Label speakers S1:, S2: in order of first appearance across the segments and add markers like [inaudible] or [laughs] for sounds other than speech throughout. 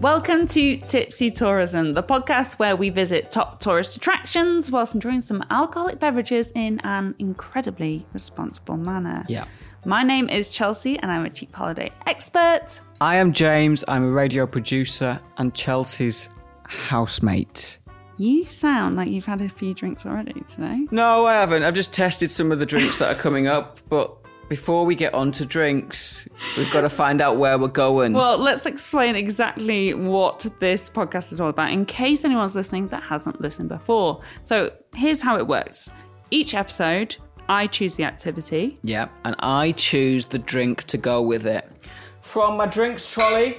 S1: Welcome to Tipsy Tourism, the podcast where we visit top tourist attractions whilst enjoying some alcoholic beverages in an incredibly responsible manner.
S2: Yeah.
S1: My name is Chelsea and I'm a cheap holiday expert.
S2: I am James. I'm a radio producer and Chelsea's housemate.
S1: You sound like you've had a few drinks already today.
S2: No, I haven't. I've just tested some of the drinks that are coming up, but before we get on to drinks, we've got to find out where we're going.
S1: Well, let's explain exactly what this podcast is all about in case anyone's listening that hasn't listened before. So, here's how it works each episode, I choose the activity.
S2: yeah, and I choose the drink to go with it. From my drinks trolley.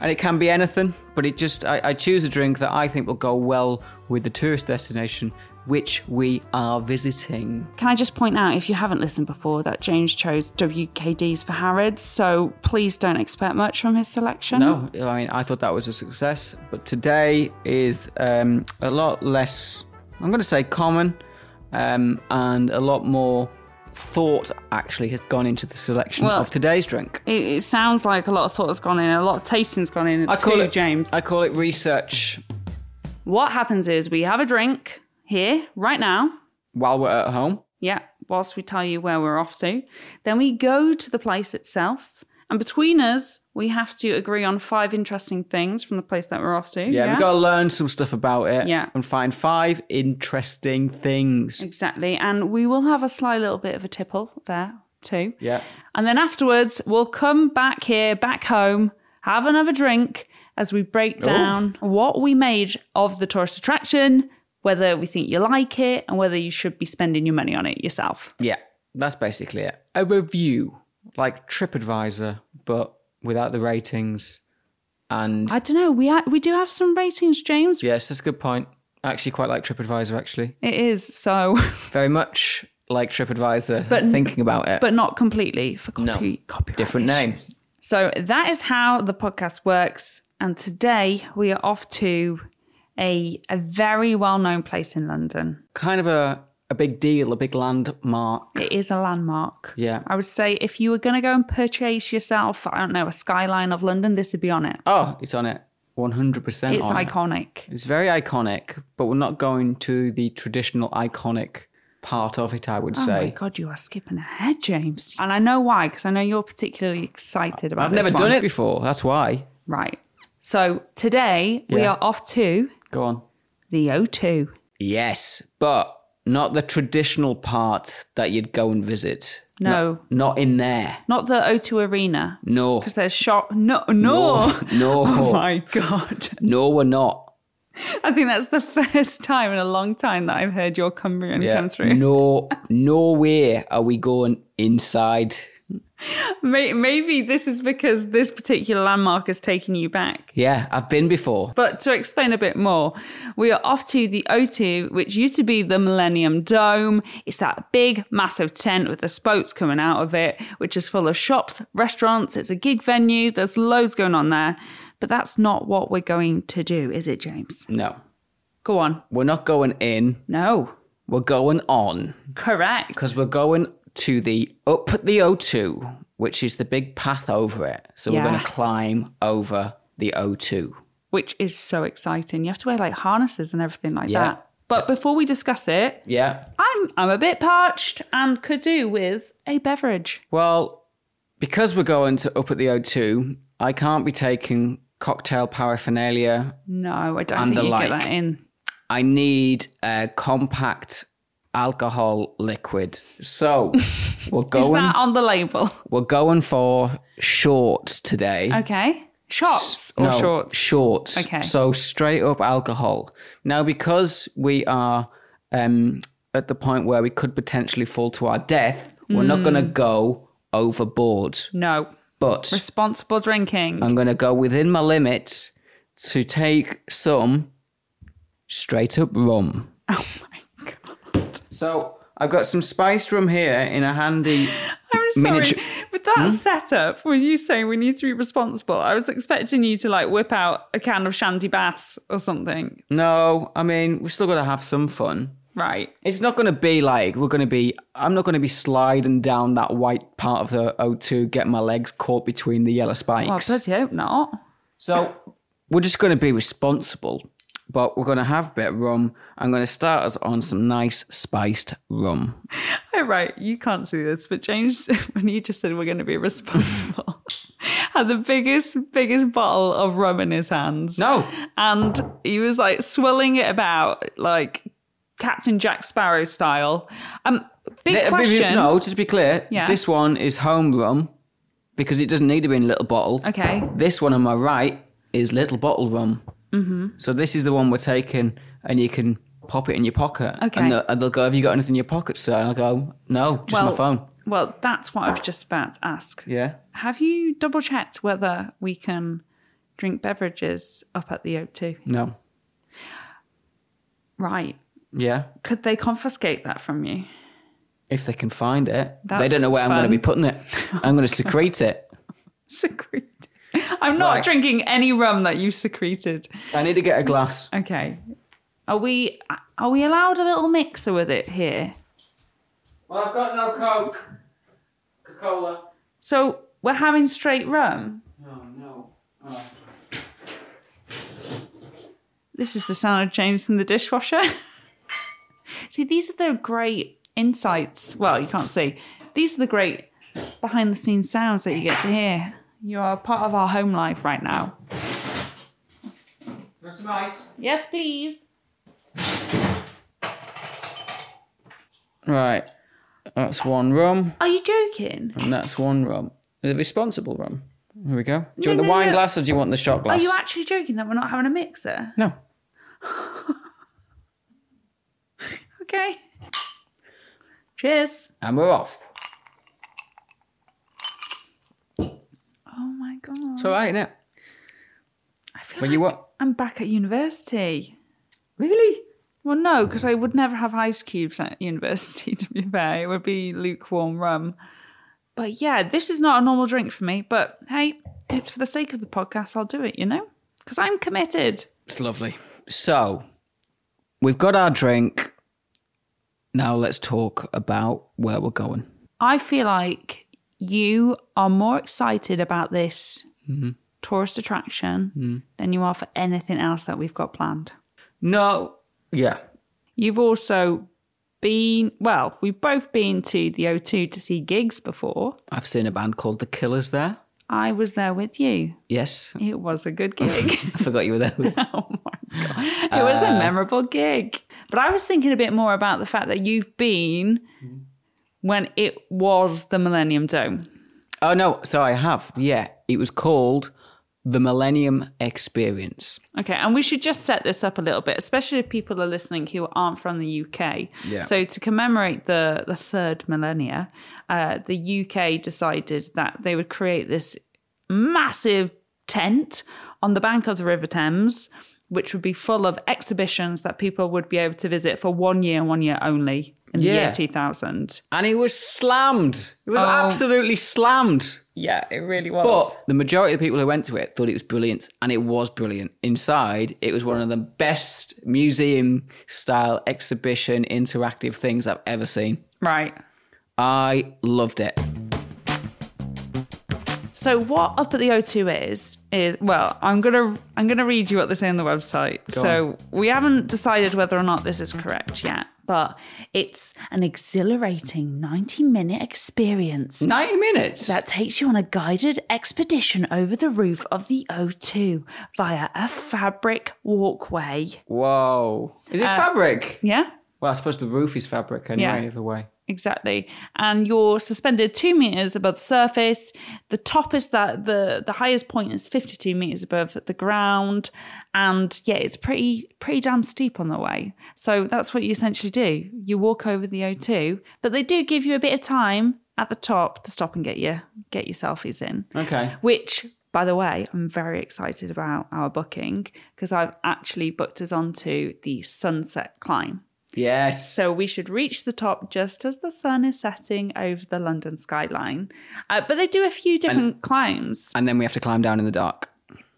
S2: And it can be anything, but it just, I, I choose a drink that I think will go well with the tourist destination which we are visiting.
S1: Can I just point out, if you haven't listened before, that James chose WKDs for Harrods, so please don't expect much from his selection.
S2: No, Oh, I mean, I thought that was a success, but today is um, a lot less, I'm going to say common, um, and a lot more thought actually has gone into the selection
S1: Well-
S2: of today's drink.
S1: It, it sounds like a lot of thought has gone in, a lot of tasting's gone in.
S2: I call
S1: too,
S2: it
S1: James.
S2: I call it research
S1: What happens is we have a drink here, right now.
S2: while we're at home.
S1: Yeah, whilst we tell you where we're off to. Then we go to the place itself. And between us, we have to agree on five interesting things from the place that we're off to.
S2: Yeah, we've got to learn some stuff about it
S1: Yeah.
S2: and find five interesting things.
S1: Exactly. And we will have a sly little bit of a tipple there too.
S2: Yeah.
S1: And then afterwards, we'll come back here, back home, have another drink as we break down what we made of the tourist attraction, whether we think you like it, and whether you should be spending your money on it yourself.
S2: Yeah, that's basically it. A review, like TripAdvisor, but without the ratings and
S1: I don't know. We ha- we do have some ratings, James.
S2: Yes, that's a good point. I actually quite like TripAdvisor, actually.
S1: It is so, [laughs]
S2: Very much like TripAdvisor,
S1: But-
S2: but thinking about it.
S1: but not completely for copy, copyright
S2: Different
S1: issues.
S2: name.
S1: So that is how the podcast works. And today we are off to a, a very well known place in London.
S2: Kind of a, a big deal, a big landmark.
S1: It is a landmark.
S2: Yeah.
S1: I would say if you were going to go and purchase yourself, I don't know, a skyline of London, this would be on it.
S2: Oh, it's on it. 100%
S1: It's
S2: on it.
S1: iconic.
S2: It's very iconic, but we're not going to the traditional iconic part of it, I would
S1: Oh my
S2: say.
S1: God, you are skipping ahead, James. And I know why, because I know you're particularly excited about
S2: I've
S1: this
S2: never done
S1: one.
S2: it before. That's why.
S1: Right. So today we
S2: Yeah.
S1: are off to
S2: Go on.
S1: the O2.
S2: Yes, but not the traditional part that you'd go and visit.
S1: No.
S2: Not, not in there.
S1: Not the O2 Arena.
S2: No.
S1: Because there's shot. No, no. [laughs]
S2: No.
S1: Oh my God.
S2: No, we're not.
S1: I think that's the [laughs] first time in a long time that I've heard your Cumbrian come through. [laughs]
S2: No, nowhere are we going inside.
S1: May- Maybe this is because this particular landmark is taking you back.
S2: Yeah, I've been before.
S1: But to explain a bit more, we are off to the O2, which used to be the Millennium Dome. It's that big, massive tent with the spokes coming out of it, which is full of shops, restaurants. It's a gig venue. There's loads going on there. But that's not what we're going to do, is it, James?
S2: No,
S1: Go on.
S2: we're not going in.
S1: No.
S2: We're going on
S1: Correct.
S2: because we're going to the up the O2, which is the big path over it. So
S1: Yeah.
S2: we're going to climb over the O2.
S1: Which is so exciting. You have to wear like harnesses and everything like
S2: Yeah.
S1: that. But before we discuss it,
S2: Yeah.
S1: I'm I'm a bit parched and could do with a beverage.
S2: Well, because we're going to up at the O2, I can't be taking cocktail paraphernalia
S1: No, I don't
S2: And
S1: think
S2: the
S1: you get
S2: like.
S1: that in.
S2: I need a compact alcohol liquid.
S1: [laughs]
S2: So we're going.
S1: Is that on the label? [laughs]
S2: we're going for shorts today.
S1: Okay. Shots or
S2: No,
S1: shorts?
S2: Shorts.
S1: Okay.
S2: So straight up alcohol. Now, because we are um, at the point where we could potentially fall to our death, we're not going to
S1: Mm.
S2: go overboard.
S1: No.
S2: But
S1: Responsible drinking.
S2: I'm going to go within my limits to take some straight up rum.
S1: oh my god.
S2: So I've got some spiced rum here in a
S1: I'm
S2: handy.
S1: sorry.
S2: Miniature- Hmm?
S1: With that setup, with you saying we need to be responsible, I was expecting you to like whip out a can of shandy bass or something.
S2: No, I mean, we've still got to have some fun.
S1: Right.
S2: It's not going to be like we're going to be. I'm not going to be sliding down that white part of the O2, getting my legs caught between the yellow
S1: Well,
S2: spikes.
S1: bloody hope not.
S2: so we're just going to be responsible, but we're going to have a bit of rum. I'm going to start us on some nice spiced rum.
S1: Oh, right, you can't see this, but James, [laughs] when you just said we're going to be [laughs] responsible, had the biggest, biggest bottle of rum in his hands.
S2: No.
S1: And he was like swilling it about, like Captain Jack Sparrow style. Um, big
S2: Uh, but if you-
S1: question.
S2: No, just to be clear,
S1: Yeah.
S2: this one is home rum because it doesn't need to be in a little bottle.
S1: Okay.
S2: This one on my right is little bottle rum. Mm-hmm. So this is the one we're taking, and you can pop it in your pocket.
S1: Okay.
S2: And they'll, and they'll go, "Have you got anything in your pocket, sir?" And I'll go, "No, just my
S1: Well-
S2: phone."
S1: Well, that's what I was just about to ask.
S2: Yeah.
S1: Have you double checked whether we can drink beverages up at the O2?
S2: No.
S1: Right.
S2: Yeah.
S1: Could they confiscate that from you? [laughs]
S2: If they can find it, they
S1: That's
S2: don't know where I'm going
S1: fun.
S2: to be putting it. I'm going to secrete it.
S1: Secreted. I'm not
S2: Right.
S1: drinking any rum that you secreted.
S2: I need to get a glass.
S1: Okay. Are we are we allowed a little mixer with it here?
S2: Well, I've got no coke, Coca-Cola.
S1: So we're having straight rum.
S2: Oh no.
S1: This is the sound of James from the dishwasher. [laughs] see, these are the great insights. Well, you can't see. These are the great behind the scenes sounds that you get to hear. You are part of our home life right now.
S2: That's nice.
S1: Yes, please.
S2: Right. That's one rum,
S1: Are you joking?
S2: and that's one rum. The responsible rum. Here we go. Do you
S1: No,
S2: want the
S1: no,
S2: wine
S1: no.
S2: glass or do you want the shot
S1: Are
S2: glass?
S1: you actually joking that we're not having a mixer?
S2: no.
S1: Okay. Cheers.
S2: And we're off.
S1: Oh my god.
S2: It's all right, isn't it?
S1: I feel
S2: Well,
S1: like
S2: you what?
S1: I'm back at university.
S2: Really?
S1: Well, no, because I would never have ice cubes at university, [laughs] to be fair. It would be lukewarm rum. But yeah, this is not a normal drink for me. But hey, it's for the sake of the podcast, I'll do it, you know? Because I'm committed.
S2: It's lovely. So, we've got our drink. Now let's talk about where we're going.
S1: I feel like you are more excited about this tourist attraction than you are for anything else that we've got planned.
S2: No. Yeah.
S1: You've also been, well, we've both been to the O2 to see gigs before.
S2: I've seen a band called The Killers there.
S1: I was there with you.
S2: Yes.
S1: It was a good gig. [laughs]
S2: [laughs] I forgot you were there. with-
S1: oh my God. It was a memorable gig. But I was thinking a bit more about the fact that you've been when it was the Millennium Dome.
S2: oh, no. So, I have. Yeah. It was called The Millennium Experience.
S1: Okay, and we should just set this up a little bit, especially if people are listening who aren't from the UK.
S2: Yeah.
S1: So to commemorate the the third millennia, uh, the UK decided that they would create this massive tent on the bank of the River Thames, which would be full of exhibitions that people would be able to visit for one year and one year only in the
S2: Yeah.
S1: year two thousand.
S2: and he was slammed. It was
S1: Oh.
S2: absolutely slammed.
S1: Yeah, it really was.
S2: But the majority of people who went to it thought it was brilliant, and it was brilliant. Inside, it was one of the best museum style exhibition interactive things I've ever seen.
S1: right.
S2: I loved it.
S1: So what up at the O2 is is well, I'm gonna I'm gonna read you what they say on the website. so we haven't decided whether or not this is correct yet, but it's an exhilarating 90 minute experience
S2: 90 minutes.
S1: that takes you on a guided expedition over the roof of the O2 via a fabric walkway.
S2: Whoa. Is it fabric?
S1: Yeah,
S2: Uh, Well, I suppose the roof is fabric anyway,
S1: Yeah.
S2: either way.
S1: exactly. And you're suspended two meters above the surface. The top is that the the highest point is 52 meters above the ground, and yeah, it's pretty pretty damn steep on the way. So that's what you essentially do. You walk over the O2, but they do give you a bit of time at the top to stop and get your get your selfies in
S2: Okay.
S1: which by the way i'm very excited about our booking because i've actually booked us onto the sunset climb
S2: Yes.
S1: so we should reach the top just as the sun is setting over the london skyline uh, but they do a few different climbs
S2: And then we have to climb down in the dark.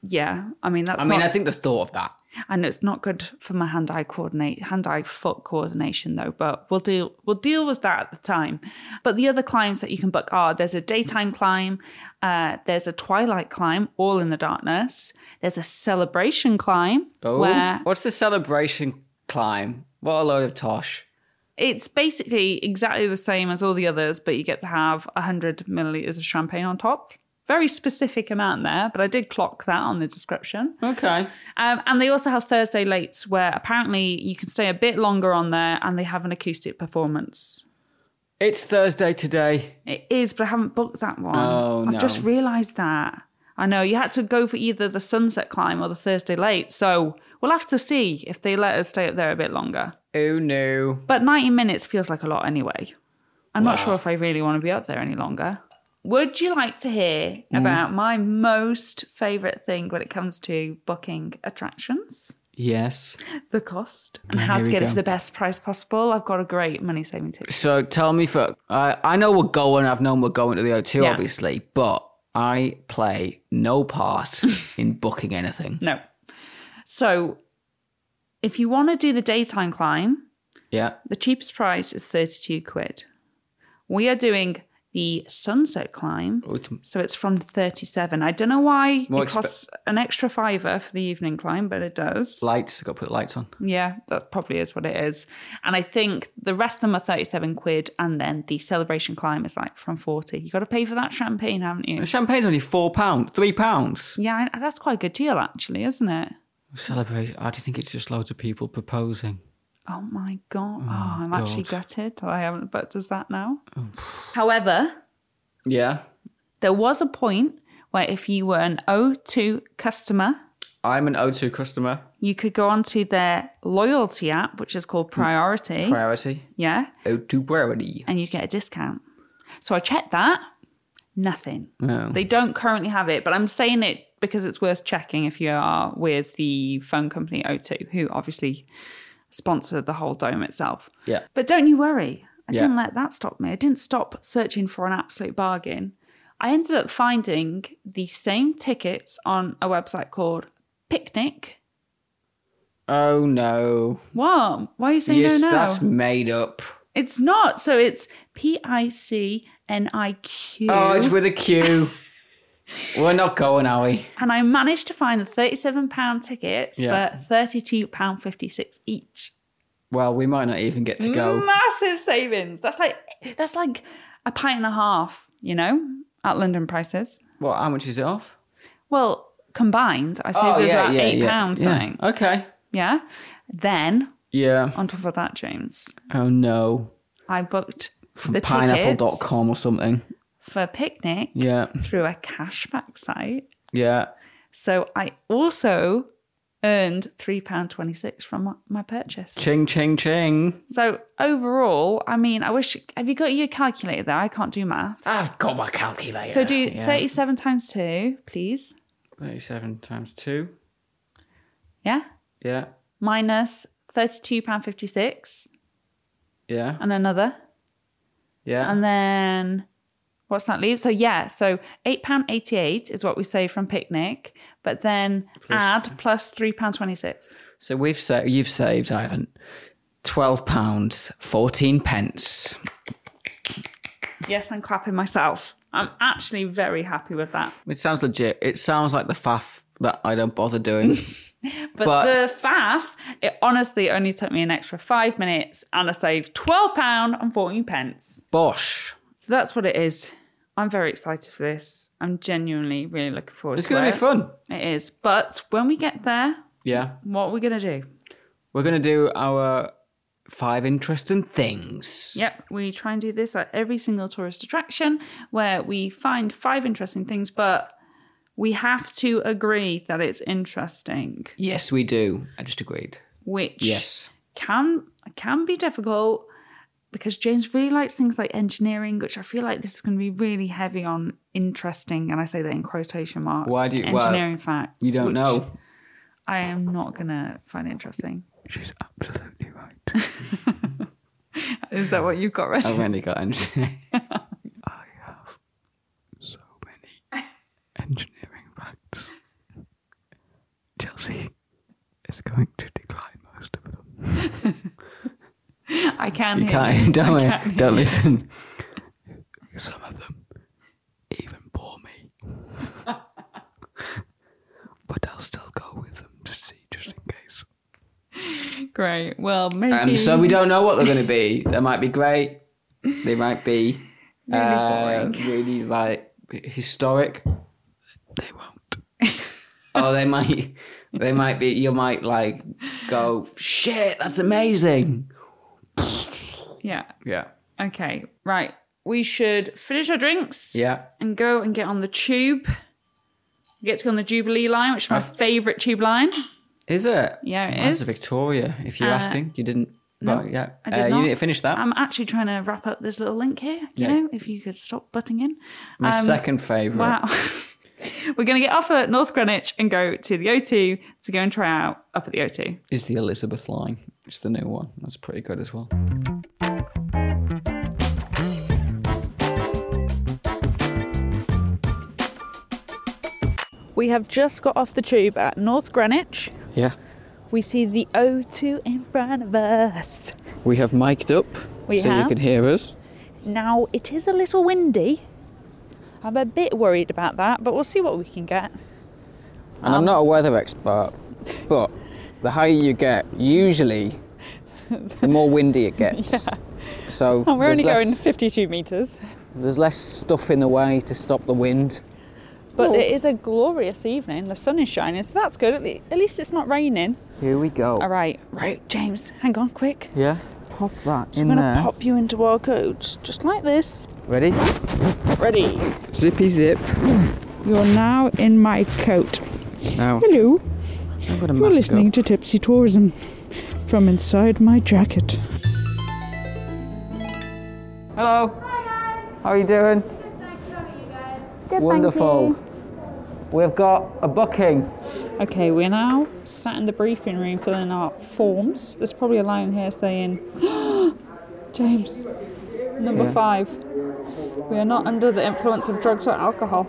S1: yeah, I mean that's.
S2: I mean,
S1: not,
S2: I think the thought of that.
S1: I know it's not good for my hand-eye coordinate, hand-eye foot coordination though. But we'll deal we'll deal with that at the time. But the other climbs that you can book are there's a daytime climb, uh, there's a twilight climb, all in the darkness. There's a celebration climb
S2: Oh,
S1: where
S2: what's the celebration climb? What a load of tosh.
S1: it's basically exactly the same as all the others, but you get to have 100 milliliters of champagne on top. Very specific amount there, but I did clock that on the description.
S2: Okay.
S1: Um, and they also have Thursday lates where apparently you can stay a bit longer on there and they have an acoustic performance.
S2: It's Thursday today.
S1: It is, but I haven't booked that one.
S2: Oh,
S1: I've
S2: no.
S1: just realised that. I know you had to go for either the sunset climb or the Thursday late. So we'll have to see if they let us stay up there a bit longer.
S2: Oh no.
S1: But 90 minutes feels like a lot anyway. I'm not sure if I really want to be up there any longer. Mm. Would you like to hear about my most favourite thing when it comes to booking attractions?
S2: Yes.
S1: The cost and how
S2: here
S1: to
S2: we
S1: get it
S2: go.
S1: to the best price possible. I've got a great money saving tip.
S2: So tell me, for I I know we're going. I've known we're going to the O2,
S1: Yeah.
S2: obviously, but I play no [laughs] part in booking anything.
S1: No. So if you want to do the daytime climb,
S2: Yeah.
S1: the cheapest price is 32 quid. We are doing the sunset climb.
S2: Oh, it's-
S1: So it's from 37. I don't know why
S2: More
S1: it
S2: exp-
S1: costs an extra fiver for the evening climb, but it does.
S2: Lights. Got to put lights on.
S1: yeah, that probably is what it is. And I think the rest of them are 37 quid. And then the celebration climb is like from 40. You got to pay for that champagne, haven't you? [laughs]
S2: The champagne's only four pounds, three pounds.
S1: Yeah, I- that's quite a good deal, actually, isn't it?
S2: Celebration. I do think it's just loads of people proposing.
S1: Oh my God. Oh, I'm actually
S2: God.
S1: gutted that I haven't booked us that now. However,
S2: Yeah.
S1: there was a point where if you were an O2 customer,
S2: I'm an O2 customer.
S1: you could go onto their loyalty app, which is
S2: Mm.
S1: called Priority.
S2: Priority.
S1: yeah.
S2: O2 priority.
S1: And you get a discount. So I checked that. Nothing.
S2: Oh.
S1: They don't currently have it, but I'm saying it because it's worth checking if you are with the phone company O2, who obviously sponsored the whole dome itself.
S2: Yeah.
S1: But don't you worry. I
S2: Yeah.
S1: didn't let that stop me. I didn't stop searching for an absolute bargain. I ended up finding the same tickets on a website called Picnic.
S2: Oh no.
S1: What? Why are you saying
S2: Yes,
S1: no now?
S2: that's made up.
S1: It's not. So it's P I C N I Q.
S2: Oh, it's with
S1: [laughs]
S2: a Q. We're not going, are we?
S1: And I managed to find the £37 tickets
S2: Yeah.
S1: for £32.56 each.
S2: Well, we might not even get to go.
S1: Mm. Massive savings. That's like that's like a pint and a half, you know, at London prices.
S2: What? How much is it off?
S1: Well, combined, I
S2: Oh,
S1: saved us about eight pounds something.
S2: Okay.
S1: Yeah. Then
S2: Yeah.
S1: on top of that, James,
S2: Oh no.
S1: I booked
S2: From
S1: the tickets
S2: pineapple.com or something.
S1: for picnic
S2: Yeah.
S1: through a cashback site.
S2: Yeah.
S1: So I also earned £3.26 from my- my purchase.
S2: Ching, ching, ching.
S1: So overall, I mean, I wish, have you got your calculator there? I can't do maths.
S2: I've got my calculator.
S1: so do 37 times 2, please.
S2: 37 times 2.
S1: Yeah.
S2: Yeah.
S1: Minus £32.56
S2: Yeah.
S1: and another.
S2: Yeah.
S1: And then what's that leave? So yeah, so £8.88 is what we save from picnic, but then add plus £3.26.
S2: so we've sa- you've saved, Ivan, 12 pounds 14 pence.
S1: Yes, I'm clapping myself. I'm actually very happy with that.
S2: It sounds legit. It sounds like the faff that I don't
S1: [laughs]
S2: bother doing.
S1: But,
S2: But-
S1: the faff, it honestly only took me an extra five minutes and I saved £12 and 14 pence.
S2: Bosh.
S1: So that's what it is. I'm very excited for this. I'm genuinely really looking forward
S2: It's
S1: to
S2: going
S1: it.
S2: to be fun.
S1: It is. But when we get there,
S2: Yeah.
S1: what are we going to do?
S2: We're going to do our five interesting things.
S1: Yep, we try and do this at every single tourist attraction where we find five interesting things, but we have to agree that it's interesting,
S2: Yes, we do. I just agreed.
S1: which
S2: Yes.
S1: can can be difficult because James really likes things like engineering, which I feel like this is going to be really heavy on interesting, and I say that in quotation marks.
S2: Why do you- well,
S1: engineering facts?
S2: You don't
S1: which
S2: know.
S1: I am not going to find interesting.
S2: She's absolutely right.
S1: Is that what you've got,
S2: [laughs] I've
S1: Reggie?
S2: only got [laughs] engineering. I have so many engineering facts. democracy is going to decline most of them.
S1: [laughs] I can
S2: Oh, You
S1: hear you.
S2: can't, don't,
S1: I
S2: hear-
S1: can hear
S2: don't
S1: you.
S2: listen. Some of them even bore me. [laughs] but I'll still go with them to see, just in case.
S1: Great. Well, maybe.
S2: Um, so we don't know what they're going to be. They might be great. They might be
S1: Really
S2: uh,
S1: boring.
S2: really like historic. They won't. [laughs] oh, they might. They might be. You might like go. Shit, that's amazing.
S1: Yeah.
S2: Yeah.
S1: Okay. Right. We should finish our drinks
S2: Yeah.
S1: and go and get on the tube. We get to go on the Jubilee line, which is my
S2: I've-
S1: favourite tube line.
S2: Is it?
S1: Yeah, it
S2: Mine's
S1: is.
S2: a Victoria. If you're
S1: Uh,
S2: asking, you didn't. But yeah,
S1: I did
S2: uh,
S1: not. Um,
S2: you didn't finish that.
S1: I'm actually trying to wrap up this little link here. You
S2: Yeah.
S1: know, if you could stop butting in.
S2: My
S1: um,
S2: second favorite.
S1: Wow. [laughs] We're going to get off at North Greenwich and go to the O2 to go and try out up at the O2.
S2: is the Elizabeth line. It's the new one. That's pretty good as well.
S1: We have just got off the tube at North Greenwich.
S2: Yeah.
S1: We see the O2 in front of us.
S2: We have mic'd up
S1: We
S2: so
S1: have.
S2: you can hear us.
S1: Now, it is a little windy. I'm a bit worried about that, but we'll see what we can get.
S2: And
S1: Um,
S2: I'm not a weather expert, but the higher you get, usually the more windy
S1: [laughs]
S2: it gets. So
S1: And Oh, we're
S2: there's,
S1: only
S2: less,
S1: going 52 metres,
S2: there's less stuff in the way to stop the wind.
S1: but
S2: Oh.
S1: it is a glorious evening. The sun is shining, so that's good. At le- at least it's not raining.
S2: Here we go.
S1: All right, right, James, hang on quick.
S2: Yeah. Pop that in
S1: I'm going
S2: there.
S1: to pop you into our coach, just like this.
S2: Ready?
S1: Ready.
S2: Zippy zip.
S1: You're now in my coat.
S2: Now
S1: Hello,
S2: I've got a
S1: you're
S2: mask
S1: listening
S2: up.
S1: to Tipsy Tourism from inside my jacket.
S2: Hello. How are you doing? Wonderful. We've got a booking.
S1: Okay, we're now sat in the briefing room filling out forms. There's probably a line here saying, [gasps] James, number
S2: Yeah.
S1: five, we are not under the influence of drugs or alcohol.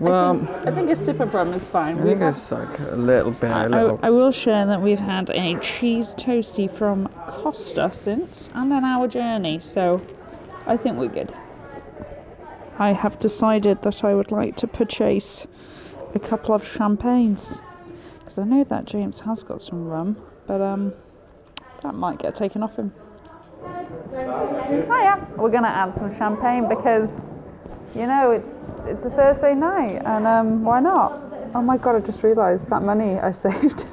S2: Well,
S1: I think a sip of rum is fine.
S2: I
S1: We've
S2: think
S1: had-
S2: it's like a little bit, a
S1: I,
S2: little.
S1: I will share that we've had a cheese toasty from Costa since and an hour journey, so I think we're good. I have decided that I would like to purchase a couple of champagnes because I know that James has got some rum, but um, that might get taken off him. Hiya. Oh, We're gonna add some champagne because you know, it's it's a Thursday night, and um, why not? Oh my god, I just realised that money I [laughs] saved.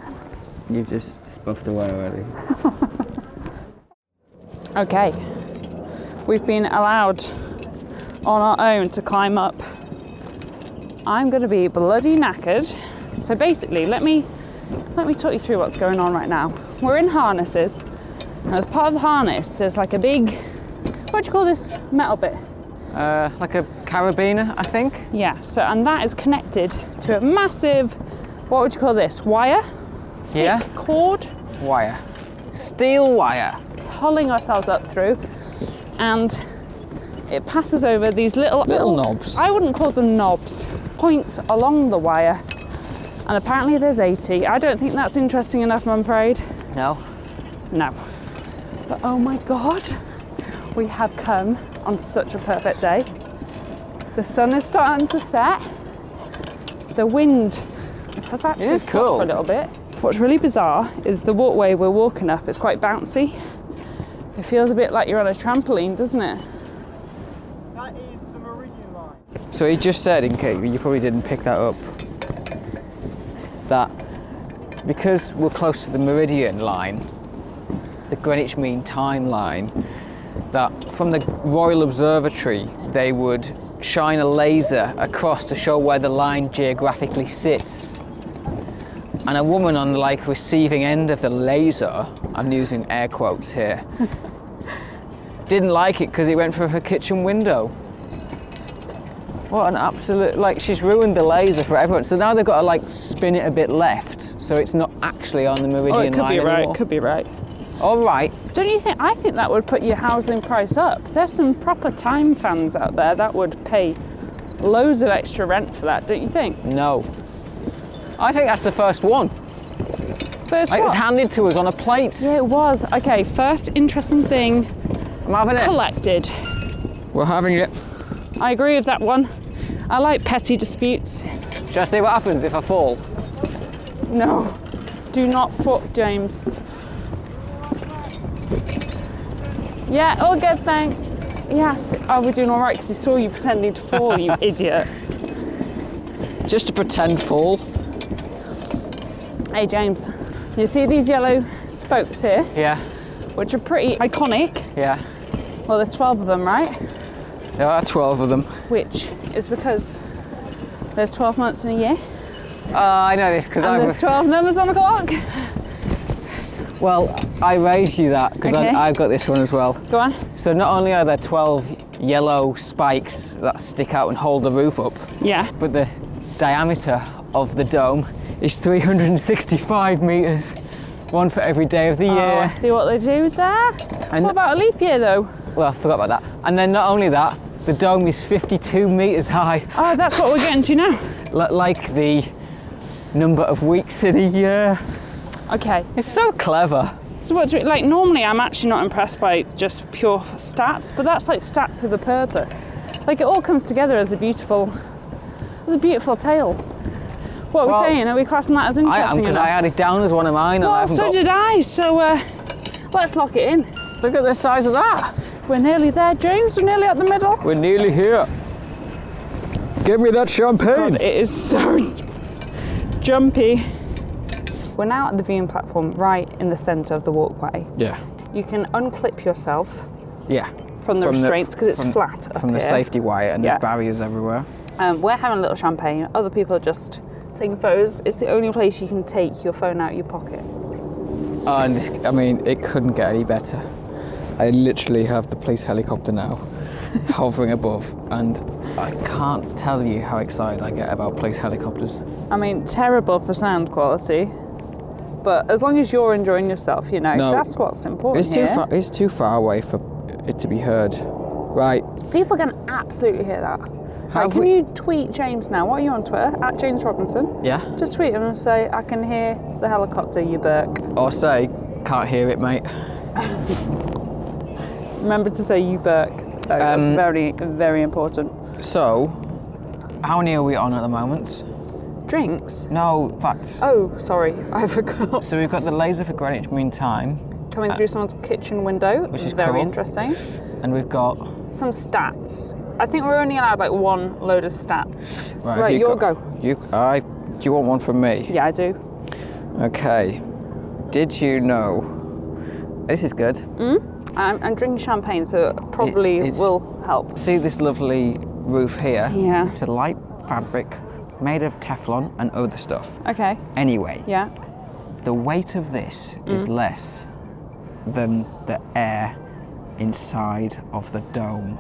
S2: You've just spoofed away already.
S1: Okay, we've been allowed on our own to climb up. I'm gonna be bloody knackered. So basically, let me let me talk you through what's going on right now. We're in harnesses, and as part of the harness, there's like a big what do you call this metal bit?
S2: Uh, like a carabiner, I think.
S1: Yeah. So and that is connected to a massive what would you call this wire?
S2: Yeah.
S1: cord
S2: Wire. Steel wire.
S1: pulling ourselves up through and it passes over these little
S2: Little knobs.
S1: I wouldn't call them knobs points along the wire and apparently there's 80 I don't think that's interesting enough I'm afraid
S2: No.
S1: no but oh my god we have come on such a perfect day the sun is starting to set the wind has actually
S2: is
S1: stopped
S2: cool.
S1: for a little bit what's really bizarre is the walkway we're walking up it's quite bouncy it feels a bit like you're on a trampoline doesn't it
S3: That is the Meridian Line.
S2: So he just said, in case you probably didn't pick that up, that because we're close to the meridian line, the Greenwich Mean Time line, that from the Royal Observatory they would shine a laser across to show where the line geographically sits. And a woman on the like receiving end of the laser, I'm using air
S1: [laughs]
S2: quotes here, didn't like it because it went through her kitchen window. What an absolute like she's ruined the laser for everyone. So now they've got to like spin it a bit left, so it's not actually on the meridian
S1: oh it could
S2: line
S1: be right
S2: anymore.
S1: it could be right
S2: All right,
S1: don't you think I think that would put your housing price up there's some proper time fans out there that would pay loads of extra rent for that don't you think
S2: no. I think that's the first one.
S1: First
S2: It was
S1: what?
S2: handed to us on a plate.
S1: Yeah, it was. Okay, first interesting thing
S2: I'm having it.
S1: collected.
S2: We're having it.
S1: I agree with that one. I like petty disputes.
S2: Shall I see what happens if I fall?
S1: No. Do not fuck James. Yeah, all good, thanks. He asked, Are we doing all right? Because he saw you pretending to fall, [laughs] you idiot.
S2: Just to pretend fall.
S1: Hey, James, you see these yellow spokes here,
S2: Yeah,
S1: which are pretty iconic.
S2: yeah.
S1: Well, there's 12 of them, right?
S2: There are 12 of them.
S1: Which is because there's 12 months in a year
S2: Uh, I know this because I
S1: and
S2: was.
S1: there's 12 numbers on the clock.
S2: Well, I raised you that because
S1: Okay.
S2: I've got this one as well.
S1: Go on.
S2: So not only are there 12 yellow spikes that stick out and hold the roof up,
S1: Yeah.
S2: but the diameter of the dome is 365 metres, one for every day of the
S1: Oh, I
S2: year.
S1: see what they do there.
S2: And-
S1: what about a leap year, though?
S2: Well, I forgot about that. And then not only that, the dome is 52 metres high,
S1: Oh, that's what we're getting to now.
S2: li- like the number of weeks in a year.
S1: Okay.
S2: It's so clever.
S1: So what do we, like normally I'm actually not impressed by just pure stats, but that's like stats with a purpose. Like it all comes together as a beautiful as a beautiful tale. What are we
S2: Well,
S1: saying? Are we classing that as
S2: I am
S1: interesting
S2: because
S1: enough?
S2: I had it down as one of mine. and I
S1: well,
S2: haven't
S1: so
S2: got-
S1: did I. So uh, let's lock it in.
S2: Look at the size of that.
S1: We're nearly there, James. We're nearly at the middle.
S2: We're nearly here. Give me that champagne.
S1: It is so jumpy. We're now at the viewing platform, right in the centre of the walkway.
S2: Yeah.
S1: You can unclip yourself
S2: Yeah.
S1: from the restraints because it's
S2: from-
S1: flat. up
S2: From the
S1: here.
S2: safety wire and
S1: Yeah.
S2: there's barriers everywhere.
S1: Um, we're having a little champagne. Other people are just taking photos. It's the only place you can take your phone out of your pocket.
S2: Uh, And this, I mean, it couldn't get any better. I literally have the police
S1: [laughs]
S2: helicopter now hovering above, and I can't tell you how excited I get about police helicopters.
S1: I mean, terrible for sound quality. But as long as you're enjoying yourself, you know,
S2: No.
S1: that's what's important.
S2: It's too
S1: here.
S2: far. It's too far away for it to be heard. Right.
S1: People can absolutely hear that. Right,
S2: Have
S1: can
S2: we-
S1: you tweet James now? What are you on Twitter? At James Robinson.
S2: Yeah.
S1: Just tweet him and say, I can hear the helicopter, you Burke.
S2: Or say, can't hear it, mate.
S1: Remember to say you Burke, though. that's
S2: Um,
S1: very, very important.
S2: So, how many are we on at the moment?
S1: Drinks?
S2: No, facts.
S1: Oh, sorry, [laughs] I forgot.
S2: So we've got the laser for Greenwich Mean Time,
S1: Coming through someone's kitchen window, which
S2: Uh, is
S1: very
S2: cool.
S1: interesting.
S2: and we've got.
S1: some stats. I think we're only allowed like one load of stats.
S2: Right,
S1: Right,
S2: have you
S1: your
S2: got-
S1: go.
S2: You, I. Do you want one from me?
S1: Yeah, I do.
S2: Okay. Did you know? This is good.
S1: I'm, I'm drinking champagne, so it probably
S2: it's-
S1: will help.
S2: See this lovely roof here?
S1: Yeah.
S2: It's a light fabric made of Teflon and other stuff.
S1: Okay.
S2: Anyway,
S1: Yeah. Mm.
S2: the weight of this is less than the air inside of the dome.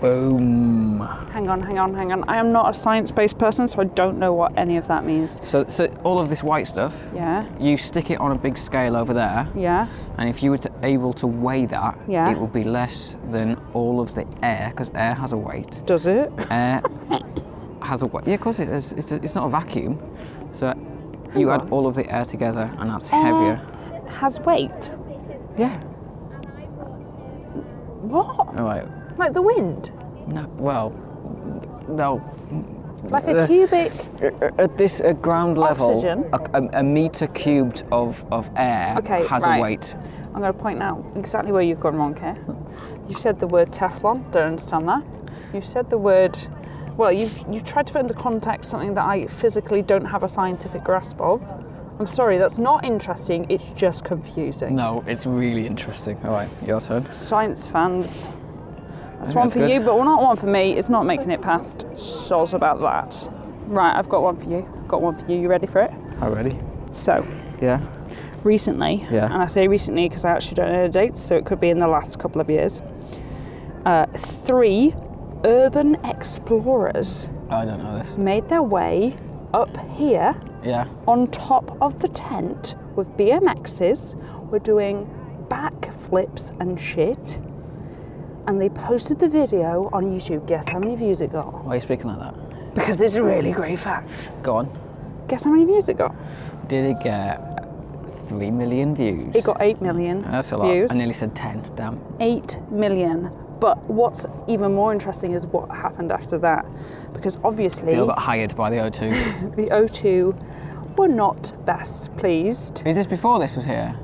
S2: Boom.
S1: Hang on, hang on, hang on. I am not a science-based person, so I don't know what any of that means.
S2: So, so all of this white stuff,
S1: Yeah.
S2: you stick it on a big scale over there.
S1: Yeah.
S2: And if you were to able to weigh that,
S1: Yeah.
S2: it would be less than all of the air, because air has a weight.
S1: Does it?
S2: [laughs] Air has a weight. Yeah, of course it is. It's, a, it's not a vacuum. So you add all of the air together, and that's heavier.
S1: Has weight.
S2: Yeah.
S1: What?
S2: All right.
S1: Like the wind?
S2: No. Well. No.
S1: Like a
S2: Uh,
S1: cubic?
S2: At this at ground level,
S1: Oxygen?
S2: a, a- a meter cubed of, of air
S1: Okay,
S2: has
S1: right.
S2: a weight.
S1: I'm going to point out exactly where you've gone wrong here. You've said the word Teflon, don't understand that. You've said the word, well, you've, you've tried to put into context something that I physically don't have a scientific grasp of. I'm sorry, that's not interesting, it's just confusing.
S2: No, it's really interesting. All right, your turn.
S1: Science fans, that's
S2: think
S1: one
S2: that's
S1: for
S2: good.
S1: you, but not one for me. It's not making it past. Soz about that. Right, I've got one for you. I've got one for you. You ready for it?
S2: Already?
S1: So,
S2: Yeah.
S1: recently,
S2: Yeah.
S1: and I say recently because I actually don't know the dates, so it could be in the last couple of years. Uh, three urban explorers
S2: I don't know this.
S1: made their way up here
S2: Yeah.
S1: on top of the tent with BMXs, were doing backflips and shit, and they posted the video on
S4: [laughs]
S1: YouTube. Guess how many views it got?
S2: Why are you speaking like that?
S1: Because it's really great fact.
S2: Go on.
S4: Guess how many views it got?
S2: Did it get three million views?
S4: It got 8 million
S2: That's a lot.
S4: views.
S2: I nearly said ten. Damn.
S4: 8 million. But what's even more interesting is what happened after that. Because obviously,
S2: They all got hired by the O2.
S4: the O2 were not best pleased.
S2: Is this before this was here?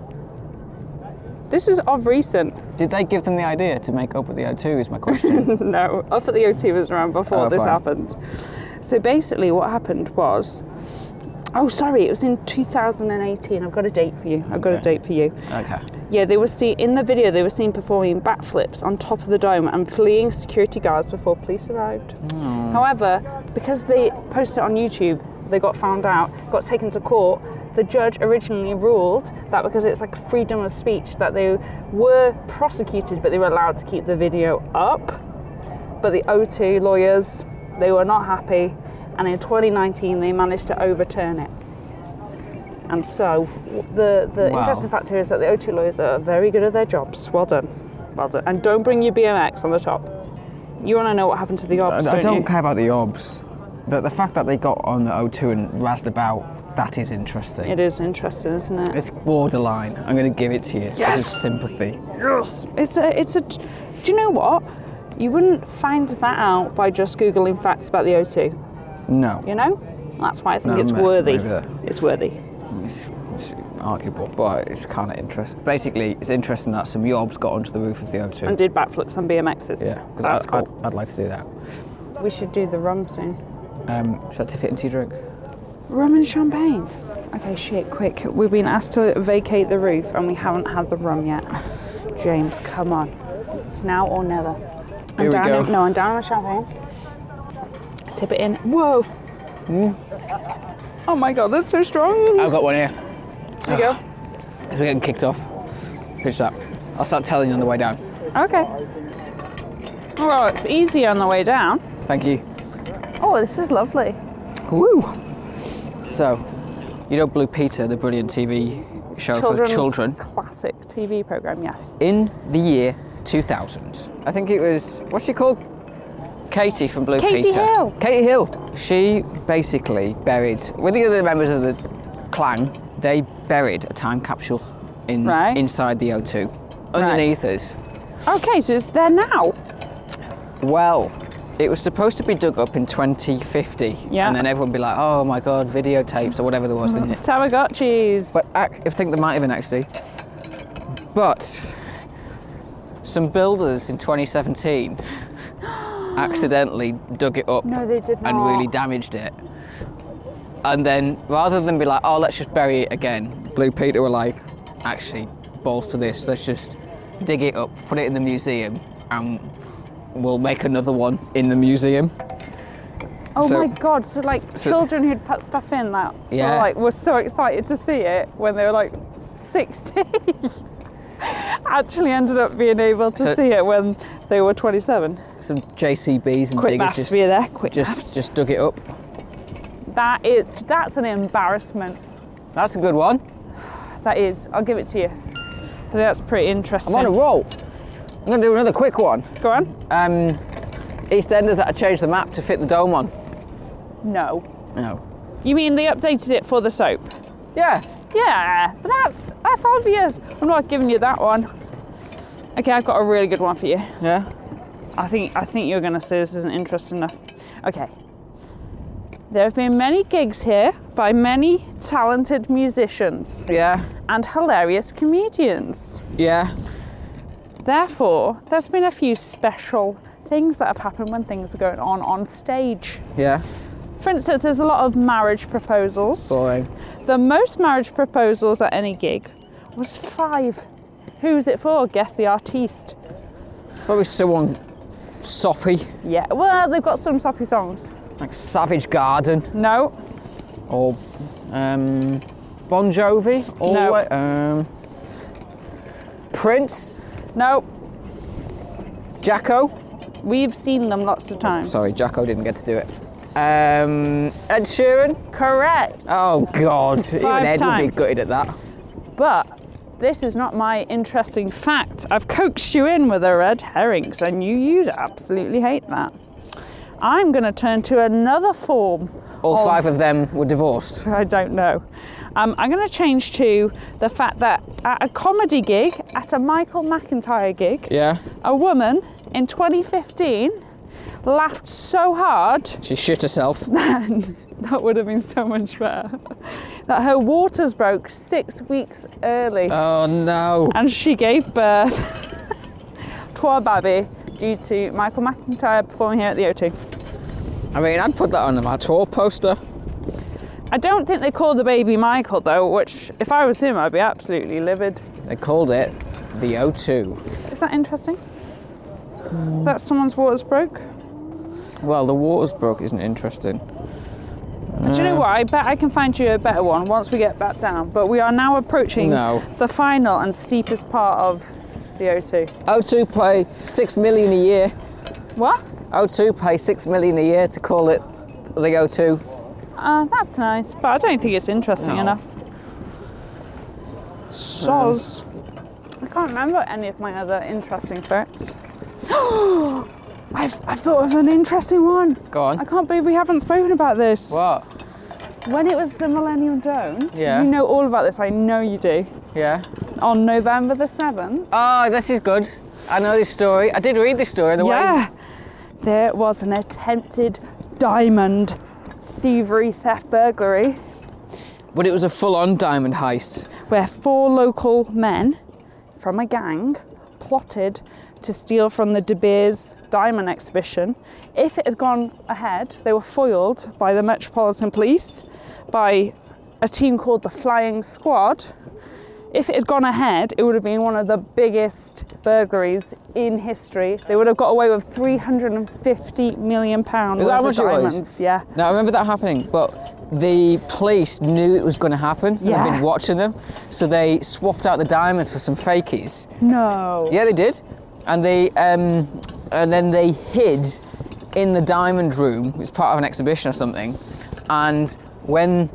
S4: This is of recent.
S2: Did they give them the idea to make up at the O2? Is my
S4: [laughs]
S2: question.
S4: No, up at the O2 was around before
S2: Oh,
S4: this
S2: fine.
S4: happened. So basically, what happened was. Oh, sorry, it was in 2018. I've got a date for you. I've got a
S2: Okay.
S4: date for you.
S2: okay.
S4: Yeah, they were seen in the video. They were seen performing backflips on top of the dome and fleeing security guards before police arrived. However, because they posted it on YouTube, they got found out, got taken to court. The judge originally ruled that because it's like freedom of speech, that they were prosecuted, but they were allowed to keep the video up. But the O2 lawyers, they were not happy, and in 2019 they managed to overturn it. And so, w- the, the
S2: Wow.
S4: interesting fact here is that the O2 lawyers are very good at their jobs. Well done. Well done. And don't bring your BMX on the top. You want to know what happened to the orbs,
S5: I
S4: don't,
S5: don't
S4: you?
S5: care about the obs. The, the fact that they got on the O2 and razzed about, that is interesting.
S4: It is interesting, isn't it?
S5: It's borderline. I'm going to give it to you. This
S4: Yes!
S5: is sympathy.
S4: It's a, it's a. Do you know what? You wouldn't find that out by just googling facts about the O2.
S5: No.
S4: You know, that's why I think
S5: No,
S4: it's
S5: ma-
S4: worthy.
S5: maybe that.
S4: It's worthy.
S5: It's, it's arguable, but it's kind of interesting. Basically, it's interesting that some yobs got onto the roof of the O2.
S4: And did backflips on BMXs.
S5: yeah, because
S4: that's
S5: I'd,
S4: cool.
S5: I'd, I'd like to do that.
S4: We should do the rum soon.
S5: Um, should I tip it into your drink?
S4: Rum and champagne. Okay, shit, quick. We've been asked to vacate the roof and we haven't had the rum yet. James, come on. It's now or never. I'm
S2: Here we
S4: down
S2: go.
S4: no, I'm down on the champagne. Tip it in. Whoa.
S2: Mm.
S4: Oh my god, that's so strong.
S2: I've got one here.
S4: There you go.
S2: We're getting kicked off. Finish that. I'll start telling you on the way down.
S4: Okay. Well, it's easy on the way down.
S2: Thank you.
S4: Oh, this is lovely.
S2: Woo! So, you know Blue Peter, the brilliant TV show
S4: Children's
S2: for children?
S4: classic TV program, yes.
S2: In the year 2000. I think it was, what's she called? Katie from Blue
S4: Katie
S2: Peter.
S4: Hill.
S2: Katie Hill. She basically buried, with the other members of the clan, they buried a time capsule in
S4: Right.
S2: inside the O2. Underneath us.
S4: Okay, so it's there now.
S2: Well, it was supposed to be dug up in 2050.
S4: Yeah.
S2: And then everyone would be like, oh my god, videotapes or whatever there was, didn't it?
S4: Tamagotchis.
S2: But ac- I think there might have been actually. But some builders in 2017
S4: [gasps]
S2: accidentally dug it up
S4: No, they did
S2: and
S4: not.
S2: really damaged it. And then rather than be like, oh, let's just bury it again, Blue Peter were like, actually, balls to this, let's just dig it up, put it in the museum, and we'll make another one in the museum.
S4: Oh
S2: So-
S4: my god! So like
S2: so-
S4: children who'd put stuff in that,
S2: Yeah.
S4: were like were so excited to see it when they were like sixty. [laughs] Actually, ended up being able to
S2: So-
S4: see it when they were twenty-seven.
S2: Some JCBs and
S4: Quick
S2: diggers
S4: maths
S2: just,
S4: for you there. Quick
S2: just, just dug it up.
S4: maths. That is that's an embarrassment.
S2: That's a good one.
S4: That is. I'll give it to you. I think that's pretty interesting.
S2: I'm on a roll. I'm going to do another quick one.
S4: Go on.
S2: Um, EastEnders that I changed the map to fit the dome on.
S4: No.
S2: No.
S4: You mean they updated it for the soap?
S2: Yeah.
S4: Yeah, but that's that's obvious. I'm not giving you that one. Okay, I've got a really good one for you.
S2: Yeah.
S4: I think I think you're gonna say this isn't interesting enough. Okay. There have been many gigs here by many talented musicians
S2: Yeah.
S4: and hilarious comedians.
S2: Yeah.
S4: Therefore, there's been a few special things that have happened when things are going on on stage.
S2: Yeah.
S4: For instance, there's a lot of marriage proposals.
S2: Boring.
S4: The most marriage proposals at any gig was five. Who's it for? Guess the artiste.
S2: Probably someone soppy,
S4: Yeah, well, they've got some soppy songs.
S2: like Savage Garden
S4: No,
S2: or um, Bon Jovi or
S4: No.
S2: um, Prince,
S4: no,
S2: Jacko.
S4: We've seen them lots of times.
S2: Oh, Sorry, Jacko didn't get to do it. Um, Ed Sheeran.
S4: Correct.
S2: Oh God, even
S4: Five
S2: Ed would
S4: times.
S2: be gutted at that.
S4: But this is not my interesting fact. I've coaxed you in with a red herrings, and you you'd absolutely hate that. I'm going to turn to another form [laughs]
S2: All
S4: of-
S2: five of them were divorced.
S4: I don't know. Um, I'm going to change to the fact that at a comedy gig, at a Michael McIntyre gig,
S2: Yeah.
S4: a woman in 2015 laughed so hard [laughs]
S2: She shit herself.
S4: that would have been so much better [laughs] that her waters broke six weeks early
S2: Oh no.
S4: and she gave birth [laughs] to a baby due to Michael McIntyre performing here at the O2.
S2: I mean, I'd put that on my tour poster.
S4: I don't think they called the baby Michael though, which if I was him, I'd be absolutely livid.
S2: They called it the O2.
S4: Is that interesting? That someone's waters broke.
S2: Well, the water's broke isn't interesting.
S4: Do you know what? I bet I can find you a better one once we get back down. But we are now approaching
S2: No.
S4: the final and steepest part of the O2.
S2: O2 pay six million a year.
S4: What?
S2: O2 pay six million a year to call it the O2.
S4: Uh, that's nice, but I don't think it's interesting
S2: No.
S4: enough. Soz. I can't remember any of my other interesting facts. [gasps] I've, I've thought of an interesting one.
S2: Go on.
S4: I can't believe we haven't spoken about this.
S2: What?
S4: When it was the Millennium Dome,
S2: Yeah.
S4: you know all about this, I know you do.
S2: Yeah.
S4: On November the 7th,
S2: Oh, this is good. I know this story. I did read this story. The way.
S4: yeah, there was an attempted diamond thievery, theft, burglary.
S2: But it was a full-on diamond heist.
S4: where four local men from a gang plotted to steal from the De Beers diamond exhibition. If it had gone ahead, they were foiled by the Metropolitan Police, by a team called the Flying Squad. If it had gone ahead, it would have been one of the biggest burglaries in history. They would have got away with 350 million pounds.
S2: Is that how much it was?
S4: diamonds. Yeah.
S2: Now I remember that happening, but the police knew it was going to happen.
S4: Yeah.
S2: They've been watching them, so they swapped out the diamonds for some fakies.
S4: No.
S2: Yeah, they did, and they um, and then they hid in the diamond room. It was part of an exhibition or something, and when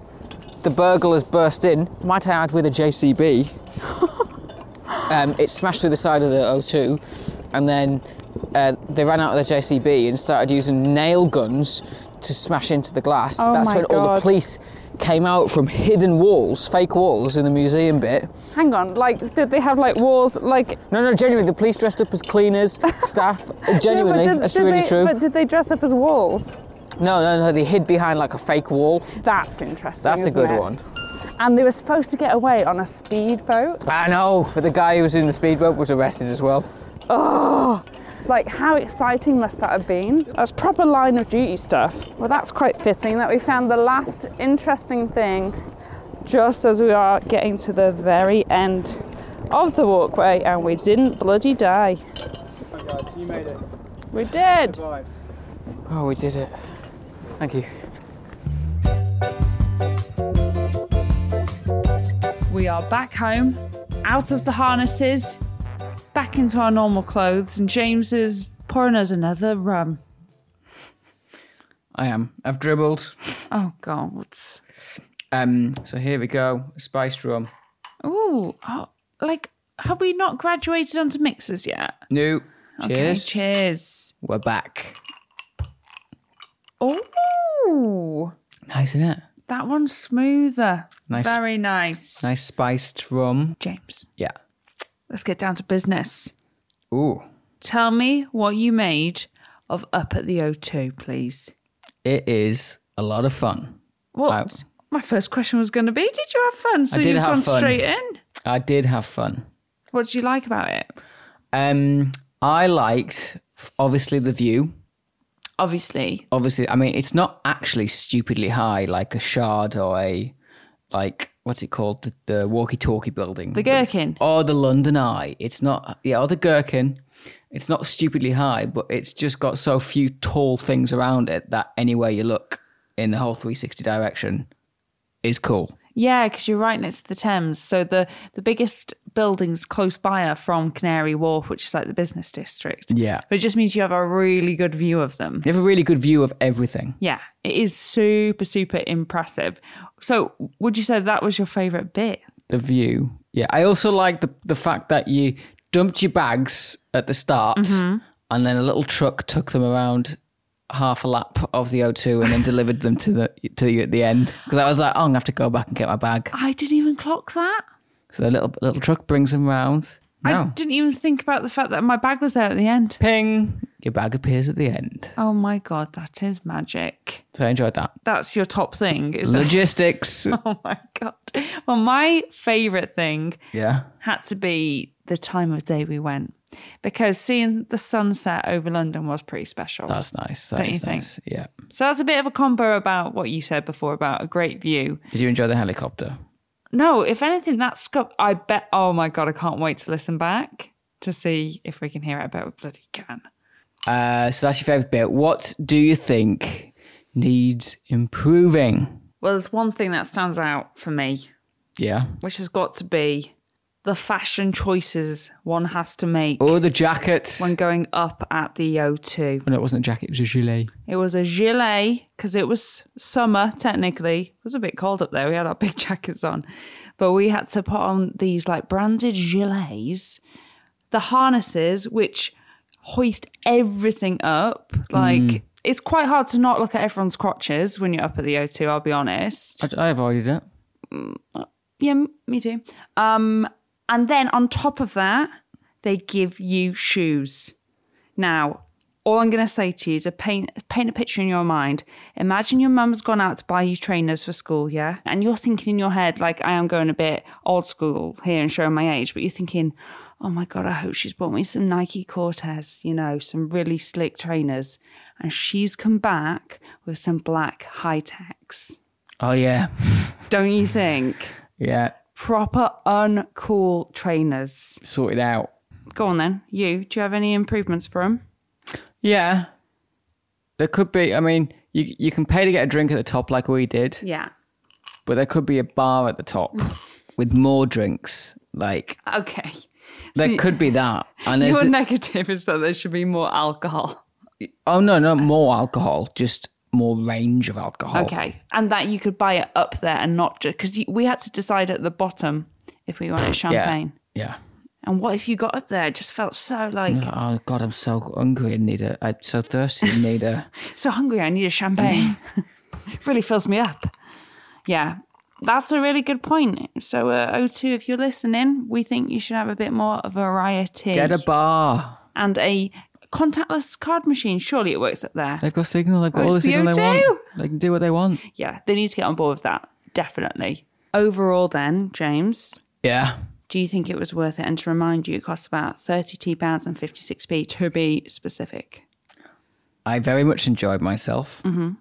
S2: the burglars burst in, might I add, with a
S4: [laughs]
S2: JCB, um, it smashed through the side of the O2, and then. Uh, they ran out of the JCB and started using nail guns to smash into the glass.
S4: Oh
S2: That's
S4: my
S2: when all the
S4: God.
S2: police came out from hidden walls, fake walls in the museum bit,
S4: Hang on. Like, did they have like walls? Like,
S2: no, no, genuinely, the police dressed up as cleaners, staff. Genuinely,
S4: No, but did-
S2: that's
S4: did
S2: really
S4: they-
S2: true.
S4: But did they dress up as walls?
S2: No, no, no, they hid behind like a fake wall.
S4: That's interesting.
S2: That's a
S4: isn't
S2: good
S4: it?
S2: one.
S4: And they were supposed to get away on a speedboat.
S2: I know, but the guy who was in the speedboat was arrested as well.
S4: Like, how exciting must that have been? That's proper line of duty stuff. Well, that's quite fitting that we found the last interesting thing just as we are getting to the very end of the walkway, and we didn't bloody die.
S3: Right, guys, you made it.
S4: We did.
S3: Survived.
S2: Oh, we did it. Thank you.
S4: We are back home, out of the harnesses, back into our normal clothes, and James is pouring us another rum.
S1: I am. I've dribbled.
S4: Oh God!
S1: Um, so here we go. Spiced rum.
S4: Ooh, oh, like have we not graduated onto mixers yet?
S1: New. cheers.
S4: Okay, cheers.
S1: We're back.
S4: Oh,
S1: Nice, isn't it?
S4: that one's smoother.
S1: Nice.
S4: Very nice.
S1: Nice spiced rum.
S4: James,
S1: Yeah.
S4: let's get down to business.
S1: Ooh.
S4: Tell me what you made of Up at the O2, please.
S1: It is a lot of fun.
S4: What?
S1: Wow.
S4: My first question was going to be, did you have fun? So
S1: did
S4: you've
S1: have
S4: gone
S1: fun.
S4: straight in.
S1: I did have fun.
S4: What did you like about it?
S1: Um, I liked f- obviously the view.
S4: Obviously,
S1: Obviously, I mean it's not actually stupidly high like a shard or a like what's it called the, the walkie-talkie building.
S4: the gherkin.
S1: or the London Eye. It's not, yeah, or the Gherkin. It's not stupidly high, but it's just got so few tall things around it that anywhere you look in the whole 360 direction is cool.
S4: Yeah, because you're right next to the Thames. So the the biggest buildings close by are from Canary Wharf, which is like the business district.
S1: Yeah.
S4: But it just means you have a really good view of them.
S1: You have a really good view of everything.
S4: Yeah, it is super, super impressive. So would you say that was your favourite bit?
S1: The view. Yeah. I also like the, the fact that you Mm-hmm. dumped your bags at the start and then a little truck took them around
S2: half a lap of the O2 and then delivered them to the to you at the end because I was like, oh, I'm gonna have to go back and get my bag.
S1: I didn't even clock that.
S2: So the little little truck brings them round.
S1: I
S2: No,
S1: didn't even think about the fact that my bag was there at the end.
S2: ping, your bag appears at the end.
S1: Oh my god, that is magic.
S2: So I enjoyed
S1: [laughs]
S2: that.
S1: That's your top thing. Is that-
S2: Logistics.
S1: [laughs] oh my god. Well, my favorite thing
S2: yeah.
S1: had to be the time of day we went because seeing the sunset over London was pretty special.
S2: That's nice. That's
S1: Don't you think?
S2: nice. Yeah.
S1: so that's a bit of a combo about what you said before about a great view.
S2: Did you enjoy the helicopter?
S1: No, if anything, that's sco- I bet. Oh my god, I can't wait to listen back to see if we can hear it. I bet we bloody can.
S2: Uh, so that's your favourite bit. What do you think needs improving?
S1: Well, there's one thing that stands out for me,
S2: Yeah.
S1: which has got to be the fashion choices one has to make
S2: Oh, the jacket.
S1: when going up at the O2.
S2: Well, no, it wasn't a jacket. It was a gilet.
S1: It was a gilet because it was summer technically. It was a bit cold up there. We had our big [laughs] jackets on, but we had to put on these like branded gilets, the harnesses which hoist everything up. Like it's quite hard to not look at everyone's crotches when you're up at the O2. I'll be honest.
S2: I, I avoided it.
S1: Yeah, m- me too. Um, and then on top of that, they give you shoes. Now, all I'm going to say to you is to paint paint a picture in your mind. Imagine your mum's gone out to buy you trainers for school, yeah, and you're thinking in your head like I am going a bit old school here and showing my age, but you're thinking, oh my god, I hope she's bought me some Nike Cortez, you know, some really slick trainers, and she's come back with some black high techs.
S2: Oh, yeah.
S1: Don't you think?
S2: Yeah.
S1: proper uncool trainers.
S2: Sorted out.
S1: Go on then, you. Do you have any improvements for them?
S2: Yeah. There could be, I mean, you, you can pay to get a drink at the top like we did,
S1: Yeah.
S2: but there could be a bar at the top [laughs] with more drinks. Like,
S1: Okay.
S2: there
S1: So
S2: could be that. And there's
S1: Your
S2: the-
S1: negative is that there should be more alcohol.
S2: oh, no, no, more alcohol, just more range of alcohol.
S1: Okay, and that you could buy it up there and not just because we had to decide at the bottom if we wanted champagne.
S2: Yeah.
S1: And what if you got up there? It just felt so like
S2: Oh God, I'm so hungry and need a. I'm so thirsty and need [laughs] a.
S1: so hungry. I need a
S2: [laughs]
S1: champagne. [laughs] really fills me up. Yeah, that's a really good point. So uh, O2, if you're listening, we think you should have a bit more variety.
S2: Get a bar.
S1: and a contactless card machine. Surely it works up there.
S2: They've got signal. They've got all the
S1: it's the
S2: signal they
S1: O2.
S2: want. They can do what they want.
S1: Yeah, they need to get on board with that. Definitely. Overall, then, James,
S2: Yeah.
S1: do you think it was worth it? And to remind you, it costs about £32.56p to be specific.
S2: I very much enjoyed myself. Mm-hmm.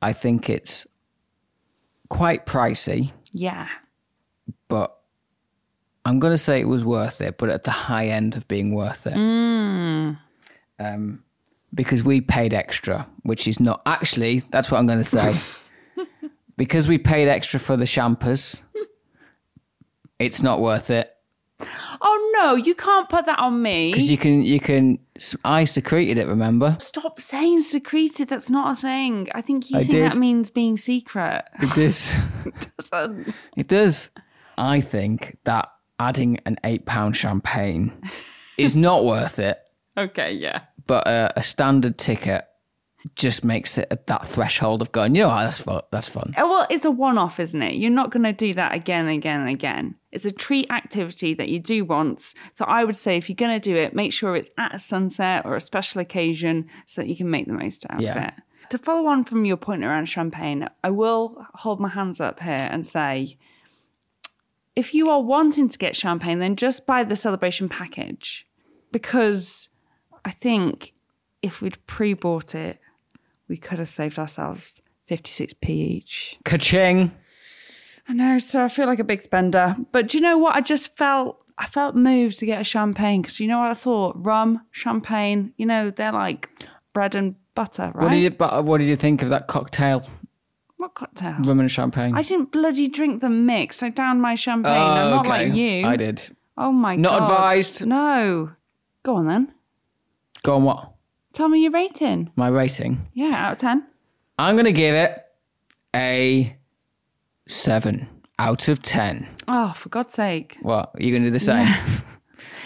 S2: I think it's quite pricey,
S1: Yeah.
S2: but I'm going to say it was worth it, but at the high end of being worth it. Um, because we paid extra, which is not actually, that's what I'm going to say. because we paid extra for the champers, it's not worth it.
S1: Oh, no, you can't put that on me.
S2: Because you can, you can, I secreted it, remember? [laughs]
S1: Stop saying secreted. That's not a thing. I think you
S2: I
S1: think that
S2: did.
S1: means being secret. [laughs]
S2: It does.
S1: So-
S2: It does. I think that adding an eight pound champagne
S1: [laughs]
S2: is not worth it,
S1: okay, yeah.
S2: but a, a standard ticket just makes it at that threshold of going, you know what, that's fun. That's fun.
S1: Oh, Well, it's a one off, isn't it? You're not going to do that again and again and again. It's a treat activity that you do once. So I would say if you're going to do it, make sure it's at a sunset or a special occasion so that you can make the most out of
S2: Yeah.
S1: it. To follow on from your point around champagne, I will hold my hands up here and say if you are wanting to get champagne, then just buy the celebration package because I think if we'd pre bought it, we could have saved ourselves 56p each.
S2: Ka-ching.
S1: I know, so I feel like a big spender. But do you know what? I just felt I felt moved to get a champagne because you know what I thought? Rum, champagne, you know, they're like bread and butter, right?
S2: What did you? But uh, what did you think of that cocktail,
S1: What cocktail?
S2: rum and champagne?
S1: I didn't bloody drink them mixed. I downed my champagne. I'm not like you.
S2: I did.
S1: Oh my
S2: Not
S1: god.
S2: advised.
S1: No. Go on then.
S2: Go on. What
S1: Tell me your rating.
S2: my rating?
S1: Yeah, out of 10.
S2: I'm gonna give it a seven out of ten.
S1: Oh, for God's sake.
S2: What are you gonna do the same?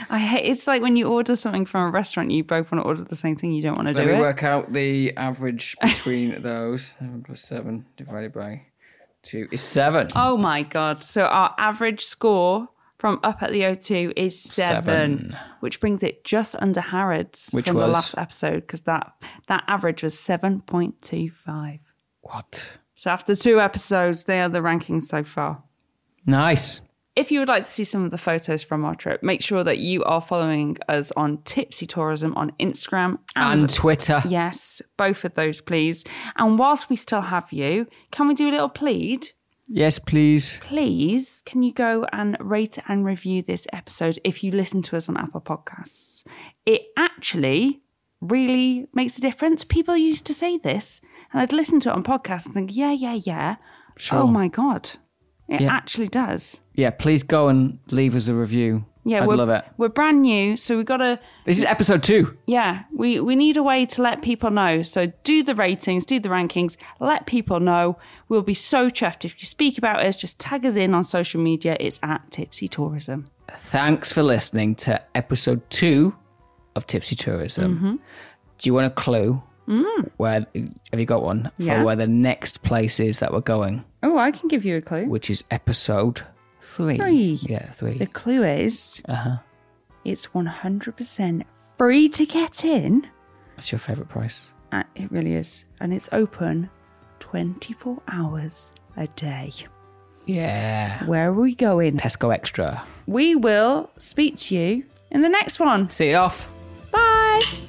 S1: I hate. It's like when you order something from a restaurant, you both want to order the same thing. You don't want to
S2: Let
S1: do
S2: me
S1: it.
S2: work out the average between those. Seven plus seven divided by two is seven.
S1: Oh my god! So our average score from up at the O2 is seven, which brings it just under Harrods
S2: Which
S1: from the
S2: was?
S1: last episode because that that average was seven point two five.
S2: What?
S1: So after two episodes, they are the rankings so far.
S2: Nice.
S1: If you would like to see some of the photos from our trip, make sure that you are following us on Tipsy Tourism on Instagram and,
S2: And Twitter.
S1: yes, both of those, please. And whilst we still have you, can we do a little plead?
S2: Yes, please.
S1: please can you go and rate and review this episode if you listen to us on Apple Podcasts? It actually really makes a difference. People used to say this, and I'd listen to it on podcasts and think, yeah, yeah, yeah. Oh my God. It
S2: Yeah.
S1: actually does.
S2: Yeah, please go and leave us a review.
S1: Yeah,
S2: I'd
S1: we're,
S2: love it.
S1: We're brand new, so we got to
S2: This is episode two.
S1: yeah, we, we need a way to let people know. So do the ratings, do the rankings, let people know. We'll be so chuffed. If you speak about us, just tag us in on social media. It's at Tipsy Tourism.
S2: Thanks for listening to episode two of Tipsy Tourism.
S1: Mm-hmm.
S2: Do you want a clue? Where have you got one
S1: Mm. Yeah.
S2: for where the next place is that we're going,
S1: Oh, I can give you a clue.
S2: which is episode three?
S1: Three.
S2: Yeah, three.
S1: The clue is it's 100% free to get in.
S2: What's your favourite price?
S1: Uh, It really is. And it's open 24 hours a day.
S2: Yeah.
S1: Where are we going?
S2: Tesco Extra.
S1: We will speak to you in the next one.
S2: See you off.
S1: Bye.